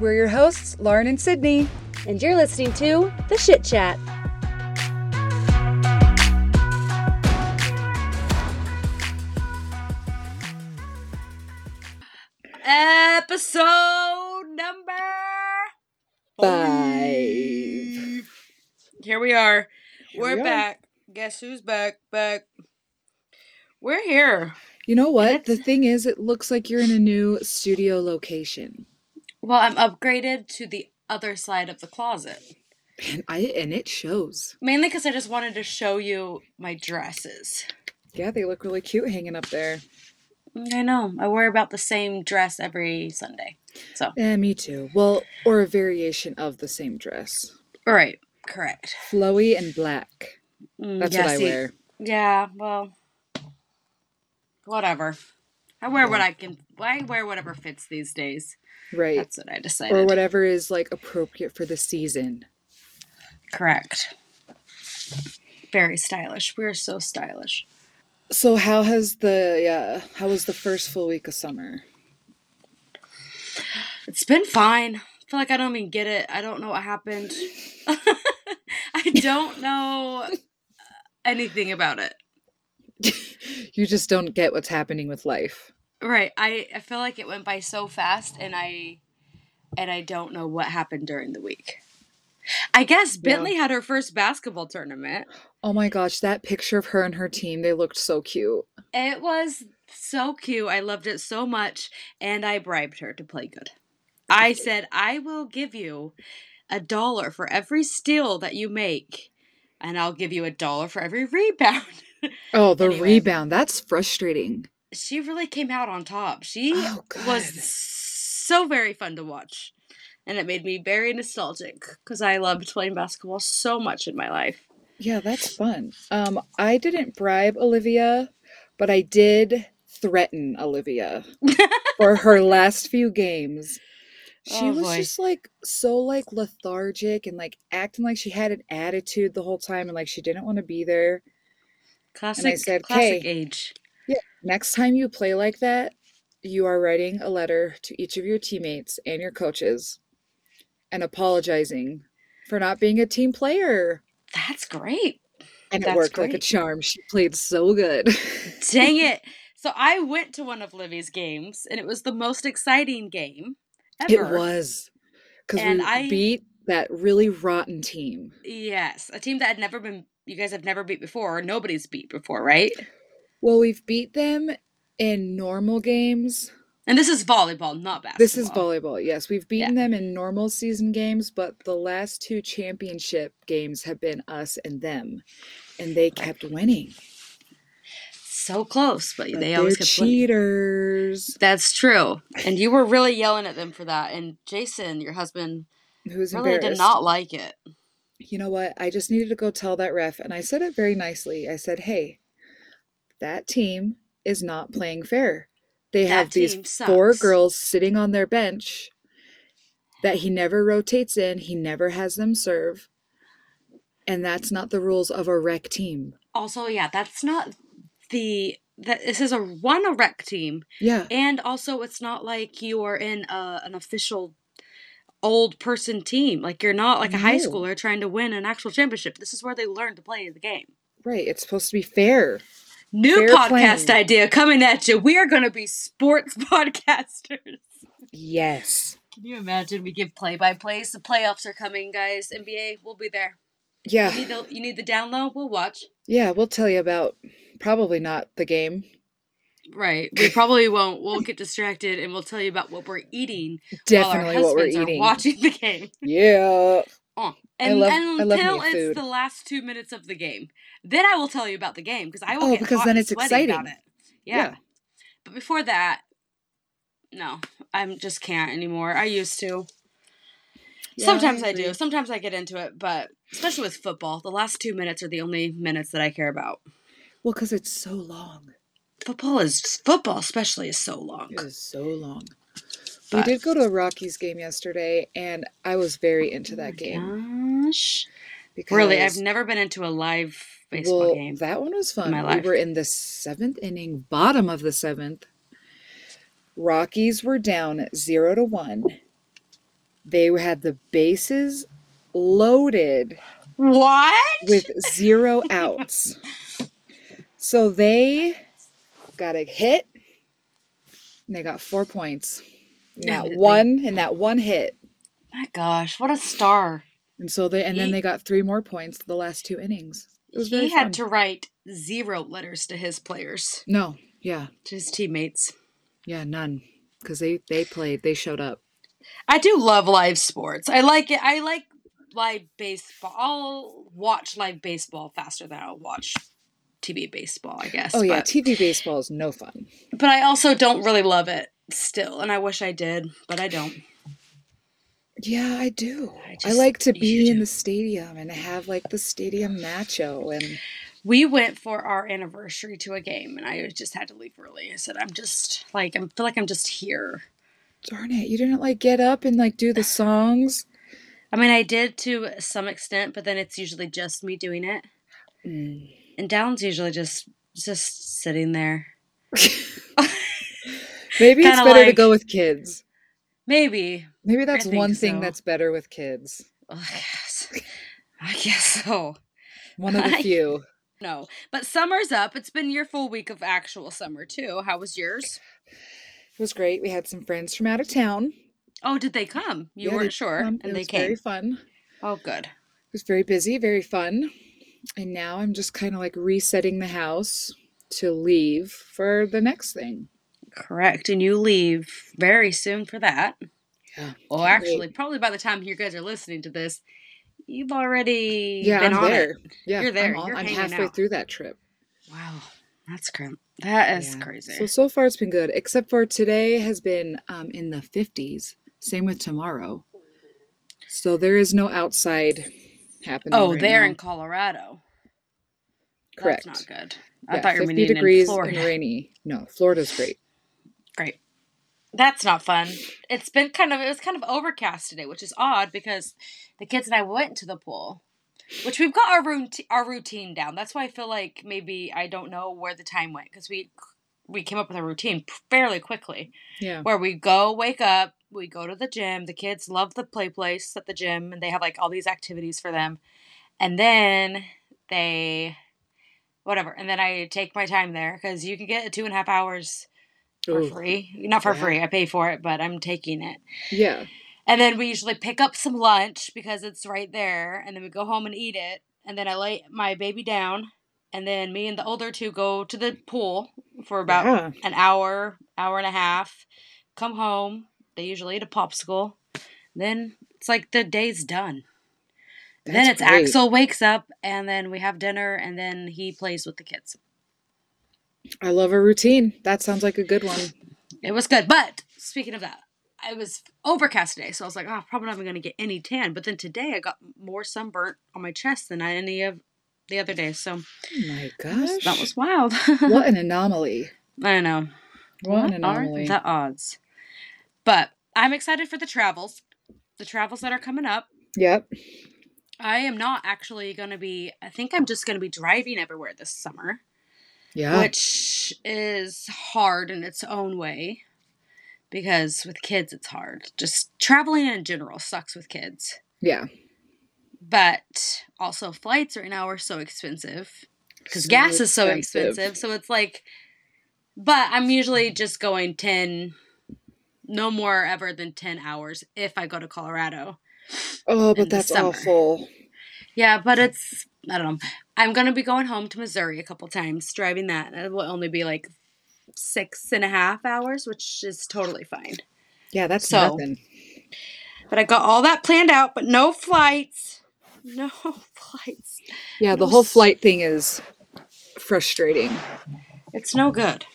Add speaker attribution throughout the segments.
Speaker 1: your hosts, Lauren and Sydney.
Speaker 2: And you're listening to The Shit Chat.
Speaker 3: Episode number
Speaker 1: Five.
Speaker 3: Here we are.
Speaker 1: Here
Speaker 3: We're
Speaker 1: we are.
Speaker 3: back. Guess who's back? Back. We're here.
Speaker 1: You know what?
Speaker 3: That's-
Speaker 1: The thing is, it looks like you're in a new studio location.
Speaker 3: Well, I'm upgraded to the other side of the closet.
Speaker 1: And I and it shows.
Speaker 3: Mainly because I just wanted to show you my dresses.
Speaker 1: Yeah, they look really cute hanging up there.
Speaker 3: I know. I wear about the same dress every Sunday. So,
Speaker 1: Yeah, me too. Well, or a variation of the same dress.
Speaker 3: all right. Correct.
Speaker 1: Flowy and black.
Speaker 3: Mm,
Speaker 1: That's
Speaker 3: yeah,
Speaker 1: what I
Speaker 3: see-
Speaker 1: wear.
Speaker 3: Yeah, well, whatever. I wear what I can. I wear whatever fits these days.
Speaker 1: Right.
Speaker 3: That's what I decided.
Speaker 1: or whatever is like appropriate for the season.
Speaker 3: Correct. Very stylish. We're so stylish.
Speaker 1: So how has the yeah, how was the first full week of summer?
Speaker 3: It's been fine. I feel like I don't even get it. I don't know what happened. I don't know anything about it.
Speaker 1: You just don't get what's happening with life.
Speaker 3: Right. I, I feel like it went by so fast and I and I don't know what happened during the week. I guess
Speaker 1: Yeah.
Speaker 3: Bentley had her first basketball tournament.
Speaker 1: Oh my gosh, that picture of her and her team, they looked so cute.
Speaker 3: It was so cute. I loved it so much. And I bribed her to play good. I said, I will give you a dollar for every steal that you make, and I'll give you a dollar for every rebound.
Speaker 1: Oh, the
Speaker 3: Anyway.
Speaker 1: rebound. That's frustrating.
Speaker 3: She really came out on top. She
Speaker 1: Oh, God.
Speaker 3: was so very fun to watch. And it made me very nostalgic because I loved playing basketball so much in my life.
Speaker 1: Yeah, that's fun. Um, I didn't bribe Olivia, but I did threaten Olivia for her last few games. She
Speaker 3: Oh,
Speaker 1: was
Speaker 3: boy.
Speaker 1: just like so like lethargic and like acting like she had an attitude the whole time and like she didn't want to be there.
Speaker 3: Classic,
Speaker 1: said,
Speaker 3: classic
Speaker 1: "Kay."
Speaker 3: age.
Speaker 1: Next time you play like that, you are writing a letter to each of your teammates and your coaches and apologizing for not being a team player.
Speaker 3: That's great.
Speaker 1: And it
Speaker 3: That's
Speaker 1: worked like a
Speaker 3: great.
Speaker 1: charm. She played so good.
Speaker 3: Dang it. So I went to one of Livy's games and it was the most exciting game
Speaker 1: It
Speaker 3: ever.
Speaker 1: was because
Speaker 3: And
Speaker 1: we
Speaker 3: I-
Speaker 1: beat that really rotten team.
Speaker 3: Yes. A team that had never been you guys have never beat before or nobody's beat before, right?
Speaker 1: Well, we've beat them in normal games.
Speaker 3: And this is volleyball, not basketball.
Speaker 1: This is volleyball. Yes, we've beaten them in normal season games, but the last two championship games have been us and them, and they kept winning.
Speaker 3: So close, but,
Speaker 1: But
Speaker 3: they always
Speaker 1: they're
Speaker 3: kept winning.
Speaker 1: cheaters.
Speaker 3: That's true. And you were really yelling at them for that. And Jason, your husband,
Speaker 1: Who's
Speaker 3: really
Speaker 1: embarrassed?
Speaker 3: did not like it.
Speaker 1: You know what? I just needed to go tell that ref, and I said it very nicely. I said, "Hey, that team is not playing fair. They
Speaker 3: That
Speaker 1: have these
Speaker 3: team
Speaker 1: four
Speaker 3: sucks."
Speaker 1: girls sitting on their bench that he never rotates in, he never has them serve. And that's not the rules of a rec team.
Speaker 3: Also, yeah, that's not the that this is a one a rec team
Speaker 1: Yeah.
Speaker 3: And also, it's not like you are in a, an official old person team. Like you're not like a high
Speaker 1: No.
Speaker 3: schooler trying to win an actual championship. This is where they learn to play the game.
Speaker 1: Right. It's supposed to be fair.
Speaker 3: New
Speaker 1: Fair
Speaker 3: podcast
Speaker 1: play.
Speaker 3: idea coming at you. We are going to be sports podcasters.
Speaker 1: Yes.
Speaker 3: Can you imagine? We give play by plays. The playoffs are coming, guys. NBA, we'll be there. You
Speaker 1: Yeah.
Speaker 3: need the, you need the download. We'll watch.
Speaker 1: Yeah, we'll tell you about probably not the game.
Speaker 3: Right. We probably won't. We'll get distracted, and we'll tell you about what we're eating.
Speaker 1: Definitely
Speaker 3: while our
Speaker 1: what we're
Speaker 3: husbands are
Speaker 1: eating.
Speaker 3: watching the game.
Speaker 1: Yeah.
Speaker 3: on.
Speaker 1: I
Speaker 3: And,
Speaker 1: love-
Speaker 3: and
Speaker 1: I love
Speaker 3: until
Speaker 1: meat
Speaker 3: it's
Speaker 1: food.
Speaker 3: the last two minutes of the game, then I will tell you about the game because I will.
Speaker 1: Oh,
Speaker 3: get
Speaker 1: because
Speaker 3: hot
Speaker 1: then
Speaker 3: and
Speaker 1: it's
Speaker 3: sweaty about
Speaker 1: exciting.
Speaker 3: it. Yeah.
Speaker 1: Yeah.
Speaker 3: but before that, no, I'm just can't anymore. I used to.
Speaker 1: Yeah,
Speaker 3: Sometimes I
Speaker 1: agree.
Speaker 3: do. Sometimes I get into it, but especially with football, the last two minutes are the only minutes that I care about.
Speaker 1: Well, because it's so long.
Speaker 3: Football is football, especially is so long.
Speaker 1: It is so long.
Speaker 3: But-
Speaker 1: we did go to a Rockies game yesterday, and I was very into that game.
Speaker 3: Gosh,
Speaker 1: Because,
Speaker 3: Oh, really, I've never been into a live baseball
Speaker 1: well,
Speaker 3: game.
Speaker 1: That one was fun.
Speaker 3: my
Speaker 1: We
Speaker 3: life.
Speaker 1: were in the seventh inning, bottom of the seventh. Rockies were down zero to one. They had the bases loaded
Speaker 3: What?
Speaker 1: with zero outs. So they got a hit and they got four points. in
Speaker 3: Yeah,
Speaker 1: That
Speaker 3: they-
Speaker 1: one and that one hit.
Speaker 3: My gosh, what a star.
Speaker 1: And so they and then
Speaker 3: He-
Speaker 1: they got three more points the last two innings. It was very
Speaker 3: He had
Speaker 1: fun.
Speaker 3: to write zero letters to his players,
Speaker 1: No, yeah.
Speaker 3: to his teammates.
Speaker 1: Yeah, none. Because they they played, they showed up.
Speaker 3: I do love live sports. I like it. I like live baseball. I'll watch live baseball faster than I'll watch TV baseball, I guess.
Speaker 1: Oh yeah,
Speaker 3: But,
Speaker 1: TV baseball is no fun.
Speaker 3: but I also don't really love it still. And I wish I did, but I don't.
Speaker 1: Yeah, I do. I,
Speaker 3: just-
Speaker 1: like to
Speaker 3: you
Speaker 1: be in
Speaker 3: do.
Speaker 1: the stadium and have like the stadium nacho and
Speaker 3: We went for our anniversary to a game and I just had to leave early. I said, I'm just like, I feel like I'm just here.
Speaker 1: darn it, you didn't like get up and like do the songs.
Speaker 3: I mean, I did to some extent, but then it's usually just me doing it.
Speaker 1: Mm.
Speaker 3: And Down's usually just just sitting there.
Speaker 1: Maybe it's
Speaker 3: Kinda
Speaker 1: better to
Speaker 3: like-
Speaker 1: go with kids.
Speaker 3: Maybe.
Speaker 1: Maybe that's
Speaker 3: think
Speaker 1: one thing
Speaker 3: so.
Speaker 1: that's better with kids.
Speaker 3: I guess. I guess so.
Speaker 1: One of the
Speaker 3: I-
Speaker 1: few.
Speaker 3: No, but summer's up. It's been your full week of actual summer too. How was yours?
Speaker 1: It was great. We had some friends from out of town.
Speaker 3: Oh, did they come? You
Speaker 1: Yeah, they
Speaker 3: weren't sure,
Speaker 1: Um, it
Speaker 3: and they
Speaker 1: was
Speaker 3: came.
Speaker 1: very fun.
Speaker 3: Oh, good.
Speaker 1: It was very busy, very fun. And now I'm just kind of like resetting the house to leave for the next thing.
Speaker 3: Correct, and you leave very soon for that.
Speaker 1: Yeah. Can't
Speaker 3: Well,
Speaker 1: wait.
Speaker 3: actually, probably by the time you guys are listening to this, you've already
Speaker 1: Yeah,
Speaker 3: been
Speaker 1: I'm
Speaker 3: on
Speaker 1: there.
Speaker 3: it.
Speaker 1: Yeah,
Speaker 3: You're there.
Speaker 1: I'm, on-
Speaker 3: You're
Speaker 1: I'm
Speaker 3: hanging
Speaker 1: halfway
Speaker 3: out.
Speaker 1: through that trip.
Speaker 3: Wow, that's crazy. That is
Speaker 1: Yeah.
Speaker 3: crazy.
Speaker 1: So so far it's been good, except for today has been um, in the 50s. Same with tomorrow. So there is no outside happening.
Speaker 3: oh,
Speaker 1: right
Speaker 3: they're
Speaker 1: now.
Speaker 3: in Colorado.
Speaker 1: correct.
Speaker 3: That's not good. I
Speaker 1: Yeah,
Speaker 3: thought you were
Speaker 1: 50
Speaker 3: meaning
Speaker 1: degrees
Speaker 3: in Florida.
Speaker 1: and rainy. No, Florida's great.
Speaker 3: Great. That's not fun. It's been kind of it was kind of overcast today, which is odd because the kids and I went to the pool, which we've got our routine our routine down. That's why I feel like maybe I don't know where the time went because we we came up with a routine fairly quickly
Speaker 1: Yeah.
Speaker 3: where we go wake up, we go to the gym. The kids love the play place at the gym, and they have like all these activities for them, and then they whatever, and then I take my time there because you can get two and a half hours for
Speaker 1: Ooh,
Speaker 3: free. Not for
Speaker 1: Yeah.
Speaker 3: free. I pay for it, but I'm taking it.
Speaker 1: Yeah.
Speaker 3: And then we usually pick up some lunch because it's right there, and then we go home and eat it. And then I lay my baby down, and then me and the older two go to the pool for about
Speaker 1: yeah.
Speaker 3: an hour, hour and a half. Come home. They usually eat a popsicle. Then it's like the day's done. then
Speaker 1: That's
Speaker 3: it's
Speaker 1: great.
Speaker 3: Axel wakes up, and then we have dinner, and then he plays with the kids.
Speaker 1: I love a routine. That sounds like a good one. Oh
Speaker 3: It was good. But speaking of that, I was overcast today, so I was like, oh, probably not even going to get any tan. But then today I got more sunburnt on my chest than I any of the other day. So
Speaker 1: Oh my
Speaker 3: that was-
Speaker 1: gosh.
Speaker 3: that was wild.
Speaker 1: what an anomaly.
Speaker 3: I know.
Speaker 1: What, an
Speaker 3: are
Speaker 1: anomaly.
Speaker 3: the odds? But I'm excited for the travels, the travels that are coming up.
Speaker 1: Yep.
Speaker 3: I am not actually going to be, I think I'm just going to be driving everywhere this summer.
Speaker 1: Yeah.
Speaker 3: which is hard in its own way because with kids it's hard just traveling in general sucks with kids
Speaker 1: yeah.
Speaker 3: but also flights right now are so expensive because gas is so expensive so it's like but i'm usually just going 10 no more ever than 10 hours if i go to colorado
Speaker 1: Oh,
Speaker 3: in
Speaker 1: but
Speaker 3: the
Speaker 1: that's
Speaker 3: summer.
Speaker 1: awful.
Speaker 3: yeah but it's i don't know i'm gonna be going home to missouri a couple times driving that and it will only be like six and a half hours which is totally fine
Speaker 1: Yeah, that's
Speaker 3: So-
Speaker 1: nothing.
Speaker 3: But I got all that planned out, but no flights. No flights.
Speaker 1: Yeah, the
Speaker 3: I'm
Speaker 1: whole
Speaker 3: s-
Speaker 1: flight thing is frustrating.
Speaker 3: It's no good.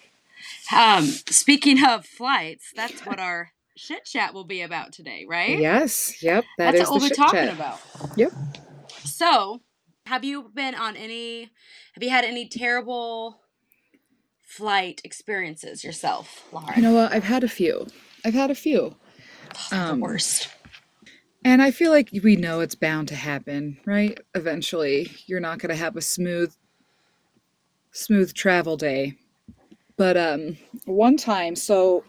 Speaker 3: Um, speaking of flights, that's what our shit chat will be about today, right?
Speaker 1: Yes. Yep. That
Speaker 3: that's
Speaker 1: is the
Speaker 3: what we'll be
Speaker 1: shit
Speaker 3: talking
Speaker 1: chat.
Speaker 3: about.
Speaker 1: Yep.
Speaker 3: So, have you been on any? Have you had any terrible flight experiences yourself, Lauren?
Speaker 1: You know what? I've had a few. I've had a few.
Speaker 3: the
Speaker 1: Um,
Speaker 3: worst.
Speaker 1: And I feel like we know it's bound to happen, right? Eventually, you're not going to have a smooth smooth travel day. But um one time, so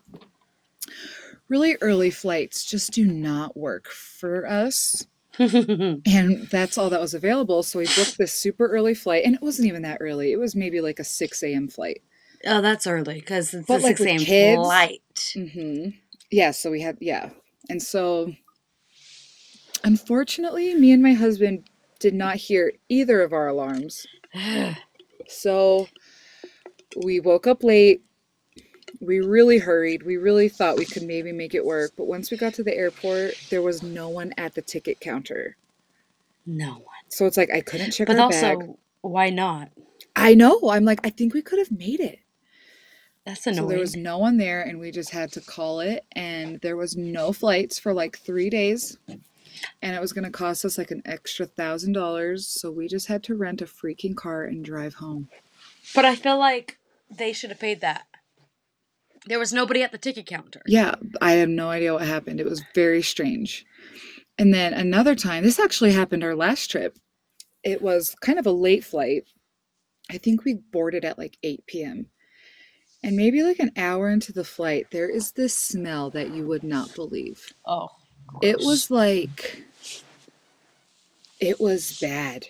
Speaker 1: really early flights just do not work for us. And that's all that was available. So we booked this super early flight. And it wasn't even that early. It was maybe like a 6 a.m. flight.
Speaker 3: oh, that's early because it's
Speaker 1: But,
Speaker 3: the
Speaker 1: like,
Speaker 3: 6
Speaker 1: with
Speaker 3: a.m.
Speaker 1: kids-
Speaker 3: flight.
Speaker 1: Mm-hmm. Yeah, so we had, yeah. And so, unfortunately, me and my husband did not hear either of our alarms. So we woke up late. We really hurried. We really thought we could maybe make it work. But once we got to the airport, there was no one at the ticket counter.
Speaker 3: no one.
Speaker 1: So it's like I couldn't check
Speaker 3: But
Speaker 1: our
Speaker 3: also,
Speaker 1: bag.
Speaker 3: why not?
Speaker 1: I know. I'm like, I think we could have made it.
Speaker 3: That's
Speaker 1: So
Speaker 3: annoying.
Speaker 1: there was no one there, and we just had to call it. And there was no flights for like three days, and it was going to cost us like an extra thousand dollars. So we just had to rent a freaking car and drive home.
Speaker 3: But I feel like they should have paid that. There was nobody at the ticket counter.
Speaker 1: Yeah, I have no idea what happened. It was very strange. And then another time, this actually happened our last trip. It was kind of a late flight. I think we boarded at like 8 p.m. And maybe like an hour into the flight, there is this smell that you would not believe.
Speaker 3: Oh,
Speaker 1: It was like it was bad.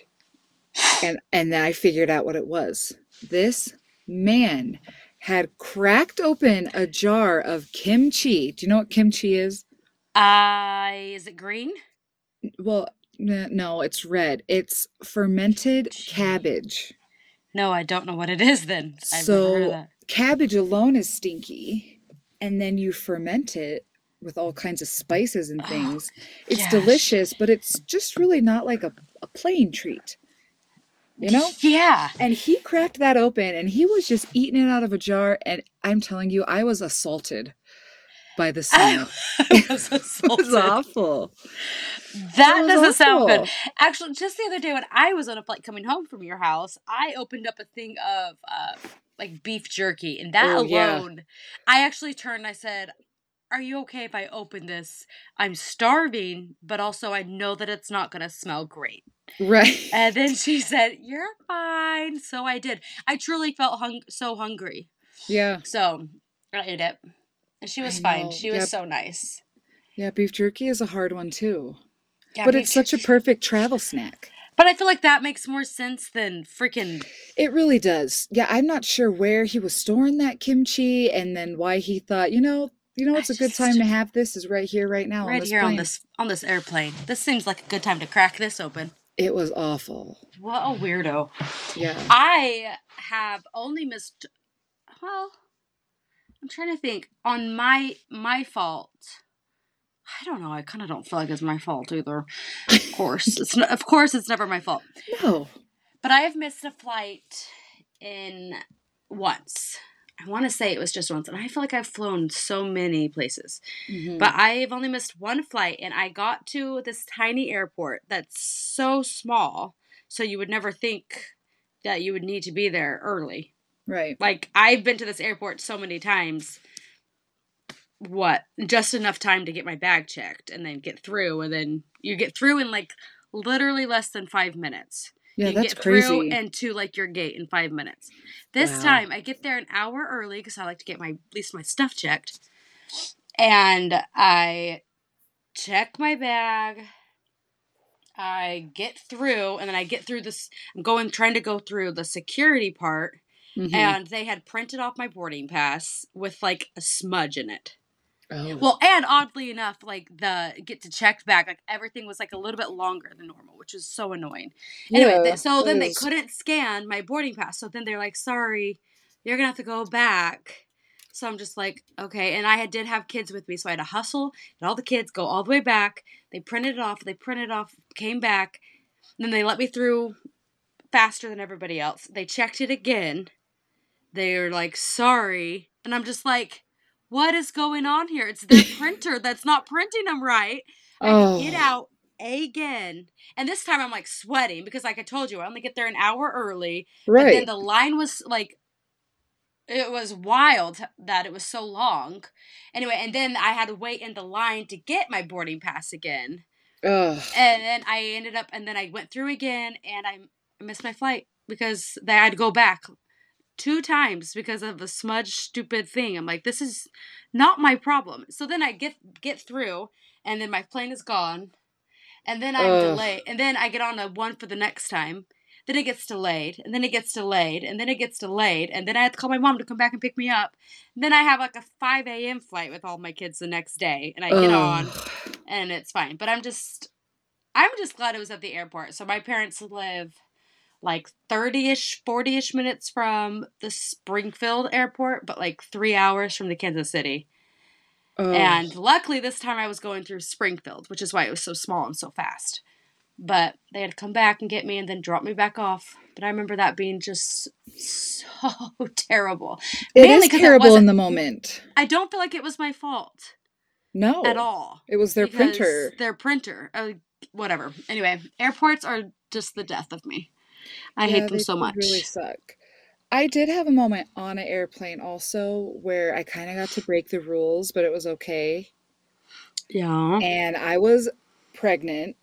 Speaker 1: And and then I figured out what it was. This man had cracked open a jar of kimchi. Do you know what kimchi is?
Speaker 3: uh, is it green?
Speaker 1: Well, n- no, it's red. It's fermented cabbage.
Speaker 3: No, I don't know what it is. Then I've never heard of
Speaker 1: So
Speaker 3: that.
Speaker 1: cabbage alone is stinky, and then you ferment it with all kinds of spices and
Speaker 3: Oh,
Speaker 1: things. It's
Speaker 3: gosh.
Speaker 1: delicious, but it's just really not like a, a plain treat. You know?
Speaker 3: Yeah.
Speaker 1: And he cracked that open and he was just eating it out of a jar and I'm telling you, I was assaulted by the smell.
Speaker 3: I
Speaker 1: It
Speaker 3: was
Speaker 1: was
Speaker 3: assaulted.
Speaker 1: awful.
Speaker 3: That
Speaker 1: It was
Speaker 3: doesn't sound good.
Speaker 1: awful.
Speaker 3: Actually, just the other day when I was on a flight coming home from your house, I opened up a thing of uh, like beef jerky, and that
Speaker 1: Oh, yeah.
Speaker 3: alone, I actually turned. and I said, "Are you okay if I open this? I'm starving, but also I know that it's not going to smell great."
Speaker 1: Right.
Speaker 3: And then she said, "You're fine." So I did. I truly felt hung- so hungry.
Speaker 1: Yeah.
Speaker 3: So I ate it. And she was
Speaker 1: I
Speaker 3: fine.
Speaker 1: know.
Speaker 3: She was
Speaker 1: Yep.
Speaker 3: so nice.
Speaker 1: Yeah, beef jerky is a hard one too.
Speaker 3: Yeah,
Speaker 1: but
Speaker 3: me
Speaker 1: it's
Speaker 3: too.
Speaker 1: such a perfect travel snack.
Speaker 3: But I feel like that makes more sense than freaking
Speaker 1: It really does. Yeah, I'm not sure where he was storing that kimchi and then why he thought, you know, you know
Speaker 3: I
Speaker 1: what's a good
Speaker 3: just-
Speaker 1: time to have this is right here, right now on
Speaker 3: right
Speaker 1: Oh, this
Speaker 3: here on
Speaker 1: plane.
Speaker 3: this on this airplane. This seems like a good time to crack this open.
Speaker 1: It was awful.
Speaker 3: What a weirdo.
Speaker 1: Yeah.
Speaker 3: I have only missed well I'm trying to think on my my fault. I don't know. I kind of don't feel like it's my fault either. Of course, it's not, of course it's never my fault.
Speaker 1: No.
Speaker 3: But I have missed a flight in once. I want to say it was just once, and I feel like I've flown so many places.
Speaker 1: Mhm.
Speaker 3: But I've only missed one flight, and I got to this tiny airport that's so small, so you would never think that you would need to be there early.
Speaker 1: Right.
Speaker 3: Like, I've been to this airport so many times. What? Just enough time to get my bag checked and then get through, and then you get through in like literally less than five minutes
Speaker 1: Yeah,
Speaker 3: you
Speaker 1: that's
Speaker 3: get
Speaker 1: crazy.
Speaker 3: through and to like your gate in five minutes. This
Speaker 1: Wow.
Speaker 3: time I get there an hour early because I like to get my at least my stuff checked. And I check my bag. I get through and then I get through this I'm going trying to go through the security part
Speaker 1: Mhm.
Speaker 3: and they had printed off my boarding pass with like a smudge in it.
Speaker 1: Oh.
Speaker 3: Well, and oddly enough, like the get to check back, like everything was like a little bit longer than normal, which is so annoying. Anyway, th-
Speaker 1: Yeah,
Speaker 3: so
Speaker 1: that
Speaker 3: then they
Speaker 1: is-
Speaker 3: couldn't scan my boarding pass. So then they're like, sorry, you're going to have to go back. So I'm just like, okay. And I had, did have kids with me. So I had to hustle and all the kids go all the way back. They printed it off. They printed it off, came back. And then they let me through faster than everybody else. They checked it again. They were like, sorry. And I'm just like, what is going on here? It's their printer that's not printing them right. I had to get
Speaker 1: Oh.
Speaker 3: out again. And this time I'm like sweating because, like I told you, I only get there an hour early. But then
Speaker 1: Right.
Speaker 3: the line was like, it was wild that it was so long. Anyway, and then I had to wait in the line to get my boarding pass again.
Speaker 1: Ugh.
Speaker 3: And then I ended up, and then I went through again and I missed my flight because I had to go back two times because of a smudge stupid thing. I'm like, this is not my problem. So then I get get through and then my plane is gone. And then I'm
Speaker 1: Ugh.
Speaker 3: delayed and then I get on a one for the next time. Then it gets delayed, and then it gets delayed, and then it gets delayed, and then I have to call my mom to come back and pick me up. And then I have like a 5 a.m. flight with all my kids the next day, and I get on
Speaker 1: Ugh.
Speaker 3: and it's fine. But I'm just, I'm just glad it was at the airport. So my parents live like 30 ish, 40 ish minutes from the Springfield airport, but like three hours from the Kansas City.
Speaker 1: Ugh.
Speaker 3: And luckily this time I was going through Springfield, which is why it was so small and so fast. But they had to come back and get me and then drop me back off. But I remember that being just so terrible.
Speaker 1: it
Speaker 3: mainly
Speaker 1: is
Speaker 3: 'cause it
Speaker 1: terrible in
Speaker 3: wasn't-
Speaker 1: the moment.
Speaker 3: I don't feel like it was my fault
Speaker 1: No,
Speaker 3: at all.
Speaker 1: It was their
Speaker 3: because
Speaker 1: printer.
Speaker 3: Their printer. Uh, whatever. Anyway, airports are just the death of me. I
Speaker 1: Yeah,
Speaker 3: hate them
Speaker 1: they
Speaker 3: so
Speaker 1: do
Speaker 3: much.
Speaker 1: Really suck. I did have a moment on an airplane also where I kind of got to break the rules, but it was okay.
Speaker 3: Yeah.
Speaker 1: And I was pregnant.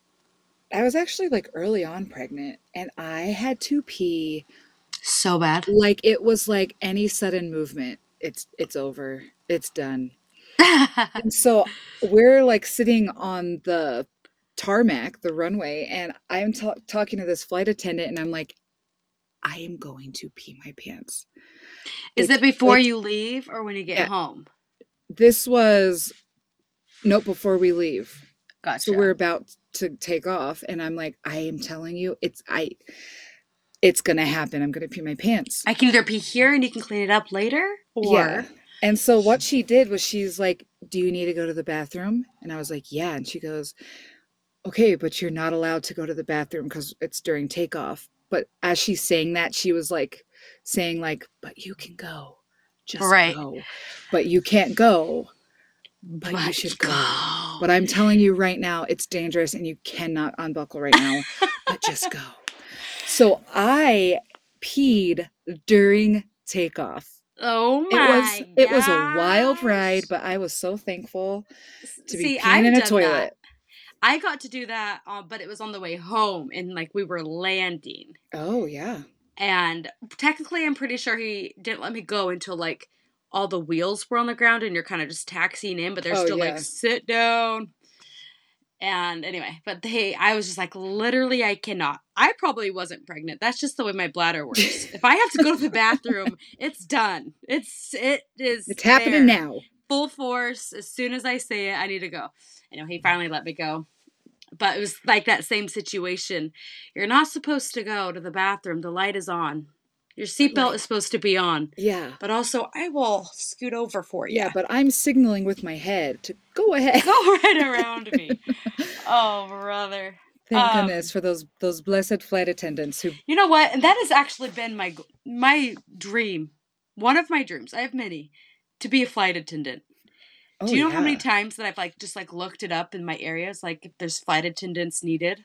Speaker 1: I was actually like early on pregnant, and I had to pee
Speaker 3: So bad.
Speaker 1: like it was like any sudden movement. It's it's over. It's done. And so we're like sitting on the tarmac, the runway, and I'm ta- talking to this flight attendant, and I'm like, I am going to pee my pants.
Speaker 3: Is
Speaker 1: It's-
Speaker 3: it before
Speaker 1: it's-
Speaker 3: you leave or when you get
Speaker 1: Yeah.
Speaker 3: home?
Speaker 1: This was nope before we leave.
Speaker 3: Gotcha.
Speaker 1: So we're about to take off, and I'm like, I am telling you, it's I, it's gonna happen. I'm gonna pee my pants.
Speaker 3: I can either be here and you can clean it up later, or
Speaker 1: Yeah. And so what she did was she's like, Do you need to go to the bathroom? And I was like, Yeah. And she goes, Okay, but you're not allowed to go to the bathroom because it's during takeoff. But as she's saying that, she was like saying, like, but you can go. Just
Speaker 3: Right.
Speaker 1: go. But you can't go. But, you
Speaker 3: But
Speaker 1: should go. But I'm telling you right now, it's dangerous and you cannot unbuckle right now. but just go. So I peed during takeoff.
Speaker 3: oh
Speaker 1: It was
Speaker 3: my!
Speaker 1: it was a wild
Speaker 3: gosh.
Speaker 1: ride, but I was so thankful to be
Speaker 3: See,
Speaker 1: peeing
Speaker 3: I've
Speaker 1: in a
Speaker 3: done
Speaker 1: toilet.
Speaker 3: that. I got to do that, uh, but it was on the way home, and like we were landing,
Speaker 1: Oh yeah.
Speaker 3: and technically i'm pretty sure he didn't let me go until like all the wheels were on the ground and you're kind of just taxiing in but they're
Speaker 1: Oh,
Speaker 3: still
Speaker 1: yeah.
Speaker 3: like sit down and anyway but they i was just like literally i cannot i probably wasn't pregnant that's just the way my bladder works if i have to go to the bathroom it's done it's it is
Speaker 1: It's happening
Speaker 3: there
Speaker 1: now.
Speaker 3: full force. As soon as I say it, I need to go. You know, he finally let me go. But it was like that same situation. You're not supposed to go to the bathroom. The light is on. Your seatbelt is supposed to be on.
Speaker 1: Yeah.
Speaker 3: But also, I will scoot over for you.
Speaker 1: Yeah, but I'm signaling with my head to go ahead.
Speaker 3: go right around me. Oh, brother.
Speaker 1: Thank
Speaker 3: Um,
Speaker 1: goodness for those those blessed flight attendants who
Speaker 3: You know what? And that has actually been my g- my dream. One of my dreams. I have many. To be a flight attendant.
Speaker 1: oh,
Speaker 3: Do you know how many
Speaker 1: yeah.
Speaker 3: times that I've like just like looked it up in my areas, like if there's flight attendants needed,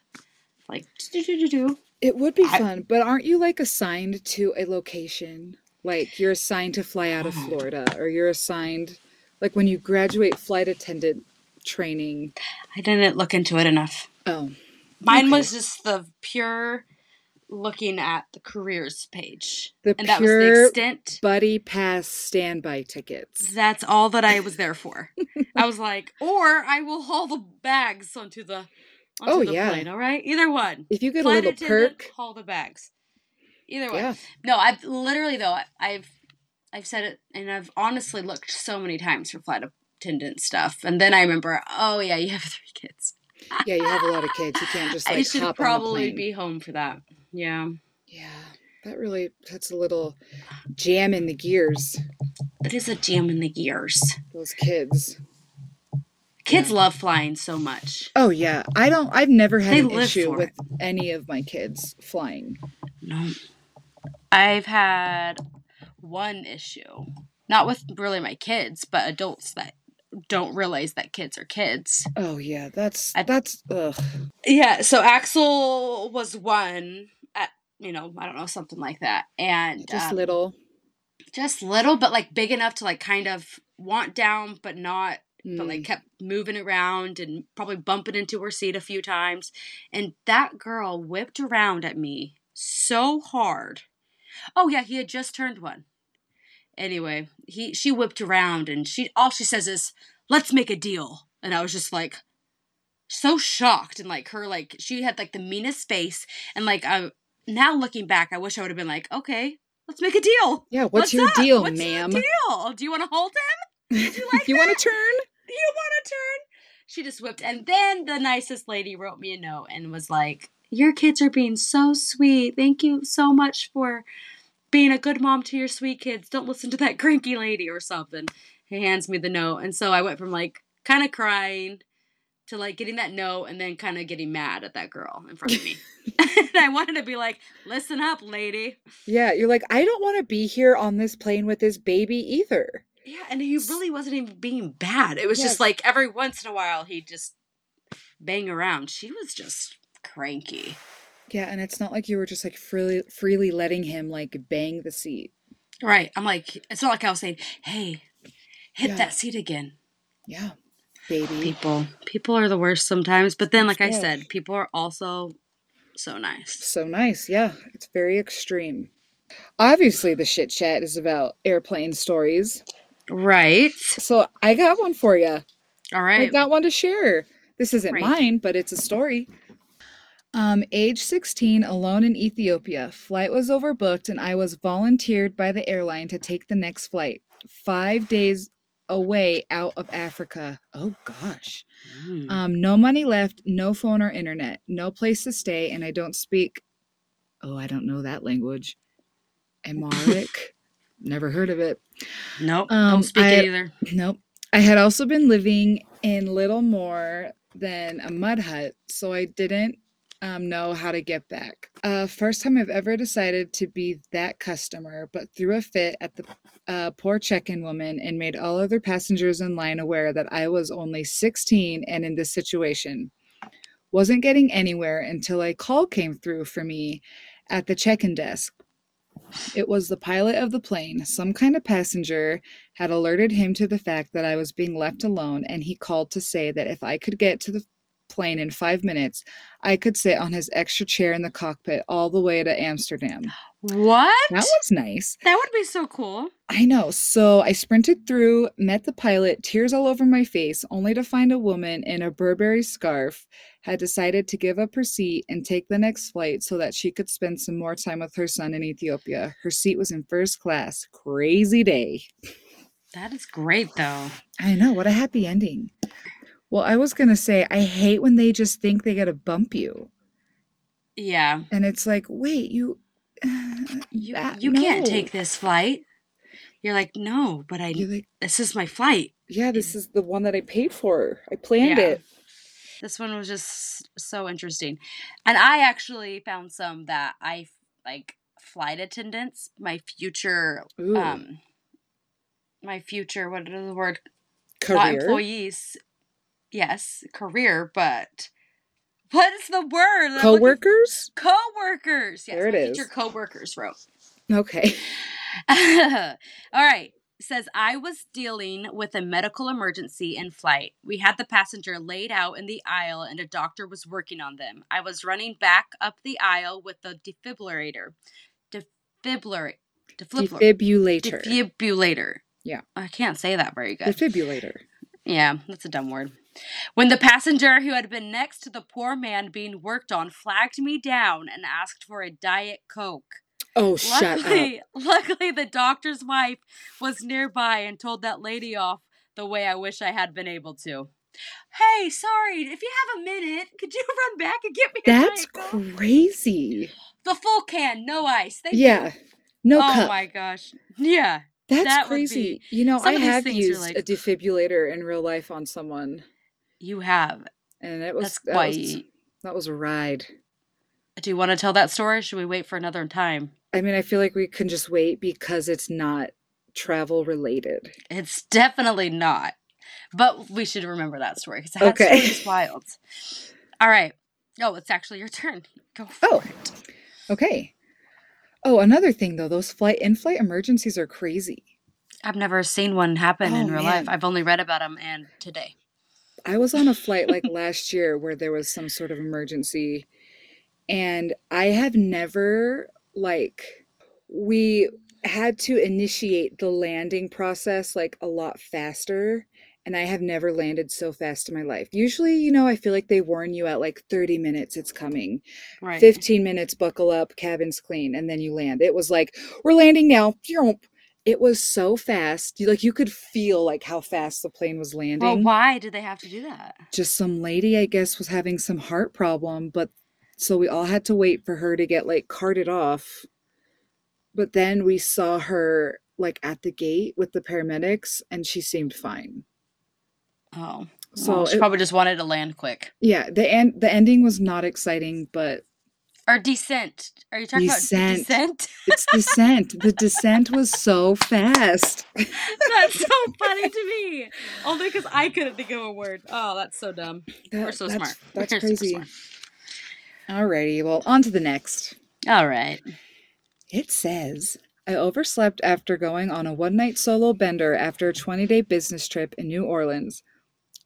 Speaker 3: like do do do do.
Speaker 1: It would be
Speaker 3: I-
Speaker 1: fun, but aren't you like assigned to a location? Like you're assigned to fly out of
Speaker 3: Oh.
Speaker 1: Florida or you're assigned like when you graduate flight attendant training.
Speaker 3: I didn't look into it enough.
Speaker 1: Oh,
Speaker 3: Mine
Speaker 1: Okay.
Speaker 3: was just the pure looking at the careers page,
Speaker 1: The
Speaker 3: and that was the
Speaker 1: pure-
Speaker 3: extent.
Speaker 1: buddy pass standby tickets.
Speaker 3: That's all that I was there for. I was like, or I will haul the bags onto the onto
Speaker 1: Oh,
Speaker 3: the
Speaker 1: yeah.
Speaker 3: plane. All right, either one.
Speaker 1: If you get
Speaker 3: Flight
Speaker 1: a little
Speaker 3: attendant,
Speaker 1: perk,
Speaker 3: haul the bags. Either one.
Speaker 1: yeah.
Speaker 3: No, I've literally though I- I've I've said it and I've honestly looked so many times for flight attendant stuff, and then I remember, oh yeah, you have three kids.
Speaker 1: Yeah, you have a lot of kids. You can't just
Speaker 3: I
Speaker 1: like
Speaker 3: should
Speaker 1: hop on a
Speaker 3: probably
Speaker 1: plane.
Speaker 3: be home for that. Yeah,
Speaker 1: Yeah, that really puts a little jam in the gears.
Speaker 3: that is a jam in the gears.
Speaker 1: Those kids.
Speaker 3: Kids
Speaker 1: Yeah.
Speaker 3: love flying so much.
Speaker 1: Oh yeah, I don't. I've never had
Speaker 3: They
Speaker 1: an
Speaker 3: live
Speaker 1: issue
Speaker 3: for
Speaker 1: with
Speaker 3: it.
Speaker 1: any of my kids flying.
Speaker 3: No, I've had one issue, not with really my kids, but adults that don't realize that kids are kids.
Speaker 1: Oh yeah, that's
Speaker 3: I-
Speaker 1: that's. Ugh.
Speaker 3: Yeah, so Axel was one at you know, I don't know, something like that. And
Speaker 1: Just
Speaker 3: um,
Speaker 1: little.
Speaker 3: just little but like big enough to like kind of want down but not but like
Speaker 1: Mm,
Speaker 3: kept moving around and probably bumping into her seat a few times. And that girl whipped around at me so hard. Oh yeah, he had just turned one. Anyway, he she whipped around and she all she says is, "Let's make a deal." And I was just like so shocked and like her like she had like the meanest face and like I now looking back, I wish I would have been like, "Okay, let's make a deal."
Speaker 1: Yeah, what's, your
Speaker 3: up?
Speaker 1: deal,
Speaker 3: What's your
Speaker 1: ma'am?
Speaker 3: deal? Do you want to hold him? you like
Speaker 1: you want to turn?
Speaker 3: You want to turn? She just whipped. And then the nicest lady wrote me a note and was like, Your kids are being so sweet. Thank you so much for being a good mom to your sweet kids. Don't listen to that cranky lady or something. He hands me the note. And so I went from like kind of crying to like getting that note and then kind of getting mad at that girl in front of me. and I wanted to be like, Listen up, lady.
Speaker 1: Yeah, you're like, I don't want to be here on this plane with this baby either.
Speaker 3: Yeah, and he really wasn't even being bad. It was
Speaker 1: Yes.
Speaker 3: just like every once in a while he'd just bang around. She was just cranky.
Speaker 1: Yeah, and it's not like you were just like freely freely letting him like bang the seat.
Speaker 3: Right. I'm like, it's not like I was saying, hey, hit
Speaker 1: Yeah.
Speaker 3: that seat again.
Speaker 1: Yeah, baby.
Speaker 3: People, people are the worst sometimes. But then, like I
Speaker 1: Yeah.
Speaker 3: said, people are also so nice.
Speaker 1: So nice. Yeah, it's very extreme. Obviously, the shit chat is about airplane stories.
Speaker 3: Right.
Speaker 1: So I got one for you. I
Speaker 3: All right.
Speaker 1: got one to share. This isn't
Speaker 3: Right.
Speaker 1: mine, but it's a story. Um, age 16, alone in Ethiopia. Flight was overbooked, and I was volunteered by the airline to take the next flight. Five days away out of Africa. Oh gosh.
Speaker 3: Mm.
Speaker 1: Um, no money left, no phone or internet, no place to stay, and I don't speak. Oh, I don't know that language. Amharic. Never heard of it.
Speaker 3: nope.
Speaker 1: um,
Speaker 3: don't speak
Speaker 1: I-
Speaker 3: it either.
Speaker 1: Nope. I had also been living in little more than a mud hut, so I didn't um, know how to get back. Uh, first time I've ever decided to be that customer, but threw a fit at the uh, poor check in woman and made all other passengers in line aware that I was only 16 and in this situation. Wasn't getting anywhere until a call came through for me at the check in desk. It was the pilot of the plane, some kind of passenger had alerted him to the fact that I was being left alone, and he called to say that if I could get to the plane in five minutes, I could sit on his extra chair in the cockpit all the way to Amsterdam.
Speaker 3: What?
Speaker 1: That was nice.
Speaker 3: that would be so cool.
Speaker 1: I know. So I sprinted through, met the pilot, tears all over my face, only to find a woman in a Burberry scarf had decided to give up her seat and take the next flight so that she could spend some more time with her son in Ethiopia. Her seat was in first class. Crazy day.
Speaker 3: That is great, though.
Speaker 1: I know. What a happy ending. Well, I was going to say, I hate when they just think they got to bump you.
Speaker 3: Yeah.
Speaker 1: And it's like, wait, you.
Speaker 3: You,
Speaker 1: that-
Speaker 3: you can't
Speaker 1: Uh, no.
Speaker 3: take this flight. You're like, no, but I,
Speaker 1: You're like,
Speaker 3: this is my flight.
Speaker 1: yeah, this is the one that I paid for. I planned
Speaker 3: Yeah.
Speaker 1: it.
Speaker 3: This one was just so interesting. And I actually found some that I like flight attendants, my future
Speaker 1: Ooh,
Speaker 3: um my future what is the word? Not
Speaker 1: career.
Speaker 3: employees. Yes, career, but what is the word? I'm looking-
Speaker 1: Coworkers?
Speaker 3: Co-workers. Yes,
Speaker 1: There it
Speaker 3: my future
Speaker 1: is.
Speaker 3: co-workers wrote.
Speaker 1: Okay.
Speaker 3: All right. Says, I was dealing with a medical emergency in flight. We had the passenger laid out in the aisle and a doctor was working on them. I was running back up the aisle with the defibrillator. Defibrillator.
Speaker 1: Defibrillator.
Speaker 3: Defibrillator. Defibrillator.
Speaker 1: Yeah.
Speaker 3: I can't say that very good.
Speaker 1: Defibrillator.
Speaker 3: Yeah, that's a dumb word. When the passenger who had been next to the poor man being worked on flagged me down and asked for a Diet Coke.
Speaker 1: Oh, shut up.
Speaker 3: Luckily, luckily, the doctor's wife was nearby and told that lady off the way I wish I had been able to. Hey, sorry, if you have a minute, could you run back and get me a
Speaker 1: That's
Speaker 3: Diet Coke?"
Speaker 1: crazy.
Speaker 3: The full can, no ice. "Oh." Thank you.
Speaker 1: Yeah. No
Speaker 3: oh
Speaker 1: cup.
Speaker 3: my gosh. Yeah.
Speaker 1: That's
Speaker 3: that would
Speaker 1: crazy. You know,
Speaker 3: some
Speaker 1: I
Speaker 3: of these
Speaker 1: have
Speaker 3: things are
Speaker 1: used
Speaker 3: like-
Speaker 1: a defibrillator in real life on someone,
Speaker 3: You have.
Speaker 1: and it was
Speaker 3: That's
Speaker 1: that
Speaker 3: why.
Speaker 1: was That was a ride.
Speaker 3: Do you want to tell that story? Should we wait for another time?
Speaker 1: I mean, I feel like we can just wait because it's not travel related.
Speaker 3: It's definitely not. But we should remember that story because that
Speaker 1: Okay.
Speaker 3: story is wild. All right. Oh, it's actually your turn. Go for
Speaker 1: Oh.
Speaker 3: it.
Speaker 1: Okay. Oh, another thing though, those flight in-flight emergencies are crazy.
Speaker 3: I've never seen one happen
Speaker 1: Oh,
Speaker 3: in real life.
Speaker 1: man.
Speaker 3: I've only read about them and today.
Speaker 1: I was on a flight like last year where there was some sort of emergency, and I have never like we had to initiate the landing process like a lot faster and I have never landed so fast in my life. Usually, you know, I feel like they warn you at like 30 minutes it's coming.
Speaker 3: Right.
Speaker 1: 15 minutes buckle up, cabin's clean and then you land. It was like we're landing now. Yoink. It was so fast. You like you could feel like how fast the plane was landing.
Speaker 3: Well, why did they have to do that?
Speaker 1: Just some lady I guess was having some heart problem, but so we all had to wait for her to get like carted off. But then we saw her like at the gate with the paramedics and she seemed fine.
Speaker 3: Oh. So
Speaker 1: So
Speaker 3: she
Speaker 1: it-
Speaker 3: probably just wanted to land quick.
Speaker 1: Yeah, the end the ending was not exciting, but
Speaker 3: Or descent. Are you talking about
Speaker 1: Descent.
Speaker 3: descent?
Speaker 1: it's descent. the descent was so fast.
Speaker 3: that's so funny to me. Only because I couldn't think of a word. Oh, that's so dumb. We're so
Speaker 1: that's,
Speaker 3: smart.
Speaker 1: That's
Speaker 3: We're so
Speaker 1: crazy.
Speaker 3: smart.
Speaker 1: Alrighty, well, on to the next.
Speaker 3: All right.
Speaker 1: It says, I overslept after going on a one night solo bender after a 20 day business trip in New Orleans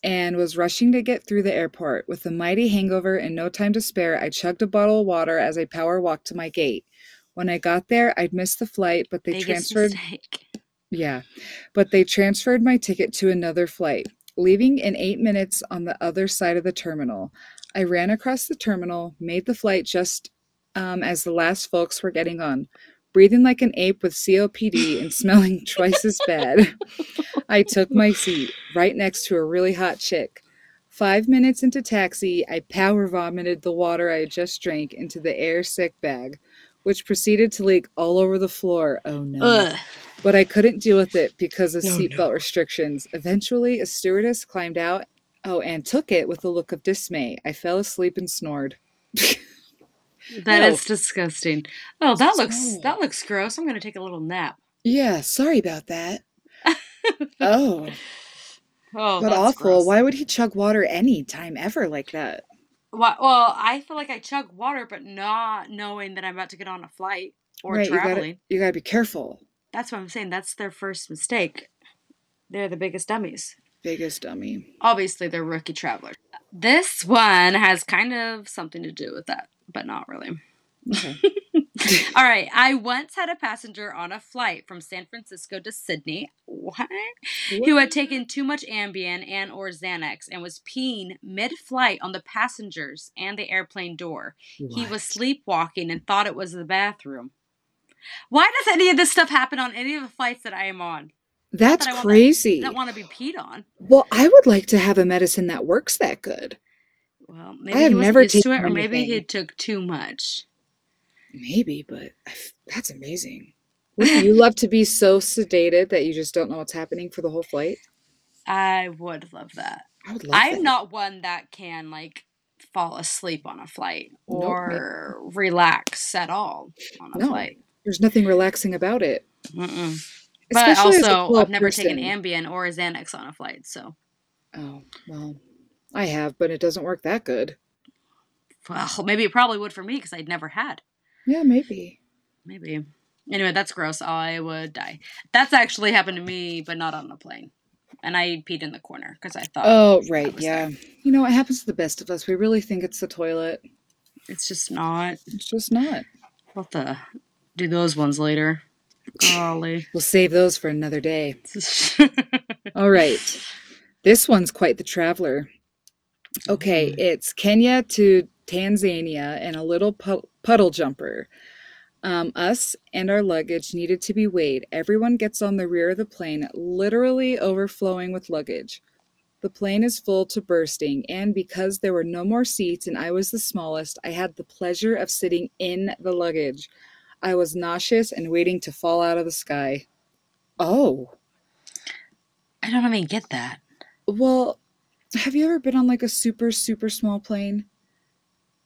Speaker 1: and was rushing to get through the airport. With a mighty hangover and no time to spare, I chugged a bottle of water as I power walked to my gate. When I got there, I'd missed the flight, but they
Speaker 3: Biggest
Speaker 1: transferred.
Speaker 3: mistake.
Speaker 1: Yeah, but they transferred my ticket to another flight, leaving in eight minutes on the other side of the terminal. I ran across the terminal, made the flight just um, as the last folks were getting on, breathing like an ape with COPD and smelling twice as bad. I took my seat right next to a really hot chick. Five minutes into taxi, I power vomited the water I had just drank into the air sick bag, which proceeded to leak all over the floor. Oh no
Speaker 3: Ugh.
Speaker 1: but I couldn't deal with it because of
Speaker 3: No,
Speaker 1: seatbelt restrictions. Eventually, a stewardess climbed out. Oh, and took it with a look of dismay. I fell asleep and snored.
Speaker 3: That
Speaker 1: No.
Speaker 3: is disgusting. Oh, that looks
Speaker 1: So-
Speaker 3: that looks gross. I'm gonna take a little nap.
Speaker 1: Yeah, sorry about that. oh,
Speaker 3: Oh,
Speaker 1: but
Speaker 3: that's
Speaker 1: awful.
Speaker 3: gross.
Speaker 1: Why would he chug water any time ever like that?
Speaker 3: Why, well, I feel like I chug water, but not knowing that I'm about to get on a flight or
Speaker 1: right,
Speaker 3: traveling.
Speaker 1: you gotta you gotta be careful.
Speaker 3: That's what I'm saying. That's their first mistake. They're the biggest dummies.
Speaker 1: Biggest dummy.
Speaker 3: Obviously, they're rookie travelers. This one has kind of something to do with that, but not really.
Speaker 1: Okay.
Speaker 3: All right. I once had a passenger on a flight from San Francisco to Sydney. What? Who had taken too much Ambien and or Xanax and was peeing mid-flight on the passengers and the airplane door. He was sleepwalking and thought it was the bathroom. Why does any of this stuff happen on any of the flights that I am on?
Speaker 1: That's
Speaker 3: that I want that- I
Speaker 1: crazy.
Speaker 3: don't want to be peed on.
Speaker 1: well, I would like to have a medicine that works that good.
Speaker 3: Well, maybe
Speaker 1: have
Speaker 3: he wasn't
Speaker 1: never
Speaker 3: used to
Speaker 1: taken
Speaker 3: it, or maybe he
Speaker 1: anything.
Speaker 3: took too much.
Speaker 1: Maybe, but I f- that's amazing. Wouldn't you love to be so sedated that you just don't know what's happening for the whole flight?
Speaker 3: I would love that.
Speaker 1: I would love
Speaker 3: I'm
Speaker 1: that.
Speaker 3: not one that can like fall asleep on a flight
Speaker 1: Nope, me-
Speaker 3: or relax at all on a
Speaker 1: No.
Speaker 3: flight.
Speaker 1: There's nothing relaxing about it.
Speaker 3: Mm-mm. But
Speaker 1: especially as a
Speaker 3: also,
Speaker 1: tall
Speaker 3: I've never taken
Speaker 1: person.
Speaker 3: Ambien or Xanax on a flight, so
Speaker 1: Oh, well, I have, but it doesn't work that good.
Speaker 3: well, maybe it probably would for me because I'd never had.
Speaker 1: Yeah, maybe.
Speaker 3: Maybe. Anyway, that's gross. I would die. That's actually happened to me, but not on the plane. And I peed in the corner because I thought
Speaker 1: Oh, right.
Speaker 3: Uh, was
Speaker 1: Yeah. You know, it happens to the best of us. We really think it's the toilet.
Speaker 3: it's just not.
Speaker 1: It's just not.
Speaker 3: What the? Do those ones later. Golly.
Speaker 1: We'll save those for another day. All right. This one's quite the traveler. Okay, it's Kenya to Tanzania and a little pu- puddle jumper. Um, us and our luggage needed to be weighed. Everyone gets on the rear of the plane, literally overflowing with luggage. The plane is full to bursting, and because there were no more seats and I was the smallest, I had the pleasure of sitting in the luggage. I was nauseous and waiting to fall out of the sky. Oh.
Speaker 3: I don't even get that.
Speaker 1: Well, have you ever been on like a super, super small plane?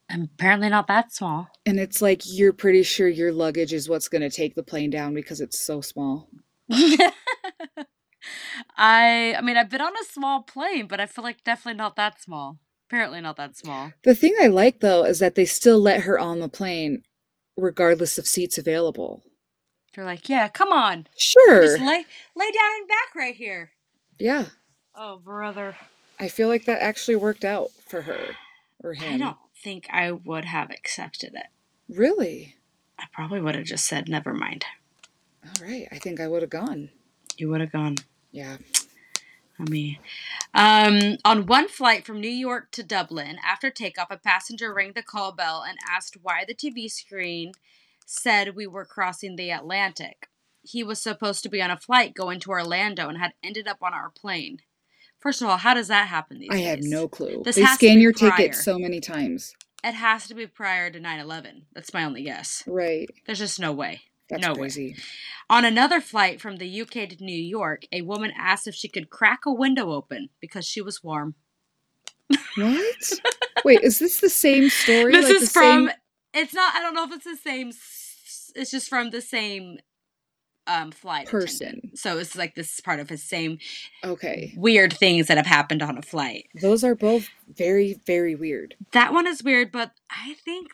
Speaker 3: I'm apparently not that small.
Speaker 1: And it's like you're pretty sure your luggage is what's going to take the plane down because it's so small.
Speaker 3: I I mean I've been on a small plane, but I feel like definitely not that small. Apparently not that small.
Speaker 1: The thing I like though is that they still let her on the plane regardless of seats available.
Speaker 3: They're like, yeah, come on.
Speaker 1: Sure.
Speaker 3: Just lay lay down and back right here.
Speaker 1: Yeah.
Speaker 3: Oh brother.
Speaker 1: I feel like that actually worked out for her or him.
Speaker 3: I don't think I would have accepted it.
Speaker 1: Really?
Speaker 3: I probably would have just said, never mind.
Speaker 1: All right. I think I would have gone.
Speaker 3: You would have gone.
Speaker 1: Yeah.
Speaker 3: I mean, um, on one flight from New York to Dublin, after takeoff, a passenger rang the call bell and asked why the TV screen said we were crossing the Atlantic. He was supposed to be on a flight going to Orlando and had ended up on our plane. First of all, how does that happen these
Speaker 1: I
Speaker 3: days?
Speaker 1: have no clue.
Speaker 3: This
Speaker 1: they
Speaker 3: has to
Speaker 1: scan
Speaker 3: be
Speaker 1: your
Speaker 3: prior.
Speaker 1: ticket so many times.
Speaker 3: It has to be prior to 9 11. That's my only guess.
Speaker 1: Right.
Speaker 3: There's just no way.
Speaker 1: That's
Speaker 3: No way.
Speaker 1: crazy.
Speaker 3: On another flight from the UK to New York, a woman asked if she could crack a window open because she was warm.
Speaker 1: What? Wait, is this the same story?
Speaker 3: This
Speaker 1: Like,
Speaker 3: is
Speaker 1: the
Speaker 3: from.
Speaker 1: same-
Speaker 3: It's not. I don't know if it's the same. s- It's just from the same um, flight
Speaker 1: Person.
Speaker 3: attendant. So it's like this is part of his same
Speaker 1: Okay.
Speaker 3: weird things that have happened on a flight.
Speaker 1: Those are both very, very weird.
Speaker 3: That one is weird, but I think,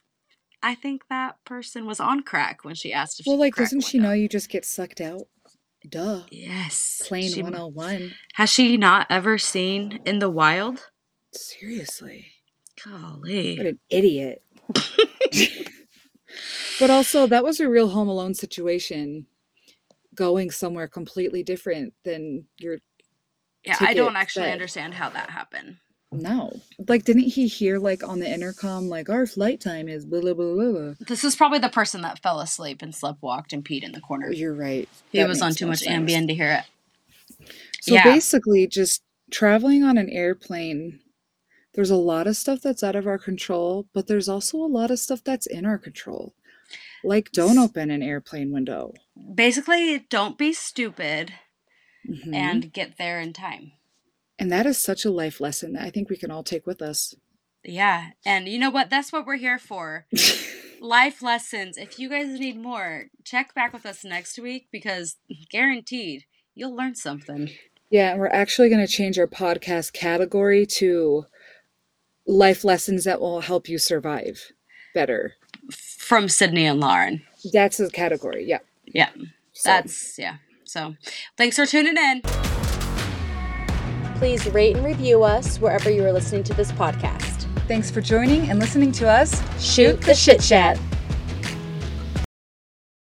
Speaker 3: I think that person was on crack when she asked if. she
Speaker 1: Well,
Speaker 3: could
Speaker 1: like,
Speaker 3: crack a
Speaker 1: doesn't she
Speaker 3: window.
Speaker 1: know you just get sucked out? Duh. oh
Speaker 3: Yes.
Speaker 1: Plain
Speaker 3: she-
Speaker 1: 101.
Speaker 3: Has she not ever seen in the wild?
Speaker 1: Seriously.
Speaker 3: Golly.
Speaker 1: What an idiot. but also, that was a real Home Alone situation going somewhere completely different than your.
Speaker 3: Yeah, I don't
Speaker 1: ticket
Speaker 3: actually
Speaker 1: said.
Speaker 3: understand how that happened.
Speaker 1: No. Like, didn't he hear, like, on the intercom, like, our flight time is blah, blah, blah, blah, blah?
Speaker 3: This is probably the person that fell asleep and slept, walked, and peed in the corner.
Speaker 1: You're right.
Speaker 3: He
Speaker 1: That
Speaker 3: was on
Speaker 1: makes
Speaker 3: too
Speaker 1: no
Speaker 3: much
Speaker 1: sense.
Speaker 3: Ambien to hear it.
Speaker 1: So
Speaker 3: Yeah.
Speaker 1: basically, just traveling on an airplane, there's a lot of stuff that's out of our control, but there's also a lot of stuff that's in our control. Like, don't open an airplane window.
Speaker 3: Basically, don't be stupid
Speaker 1: Mhm.
Speaker 3: and get there in time.
Speaker 1: and that is such a life lesson that I think we can all take with us.
Speaker 3: Yeah. And you know what? That's what we're here for. Life lessons. If you guys need more, check back with us next week because guaranteed you'll learn something.
Speaker 1: yeah, and we're actually going to change our podcast category to life lessons that will help you survive better.
Speaker 3: From Sydney and Lauren.
Speaker 1: That's the category. Yeah.
Speaker 3: Yeah.
Speaker 1: So-
Speaker 3: That's, yeah. So thanks for tuning in.
Speaker 2: Please rate and review us wherever you are listening to this podcast.
Speaker 1: Thanks for joining and listening to us.
Speaker 2: Shoot the Shit Chat.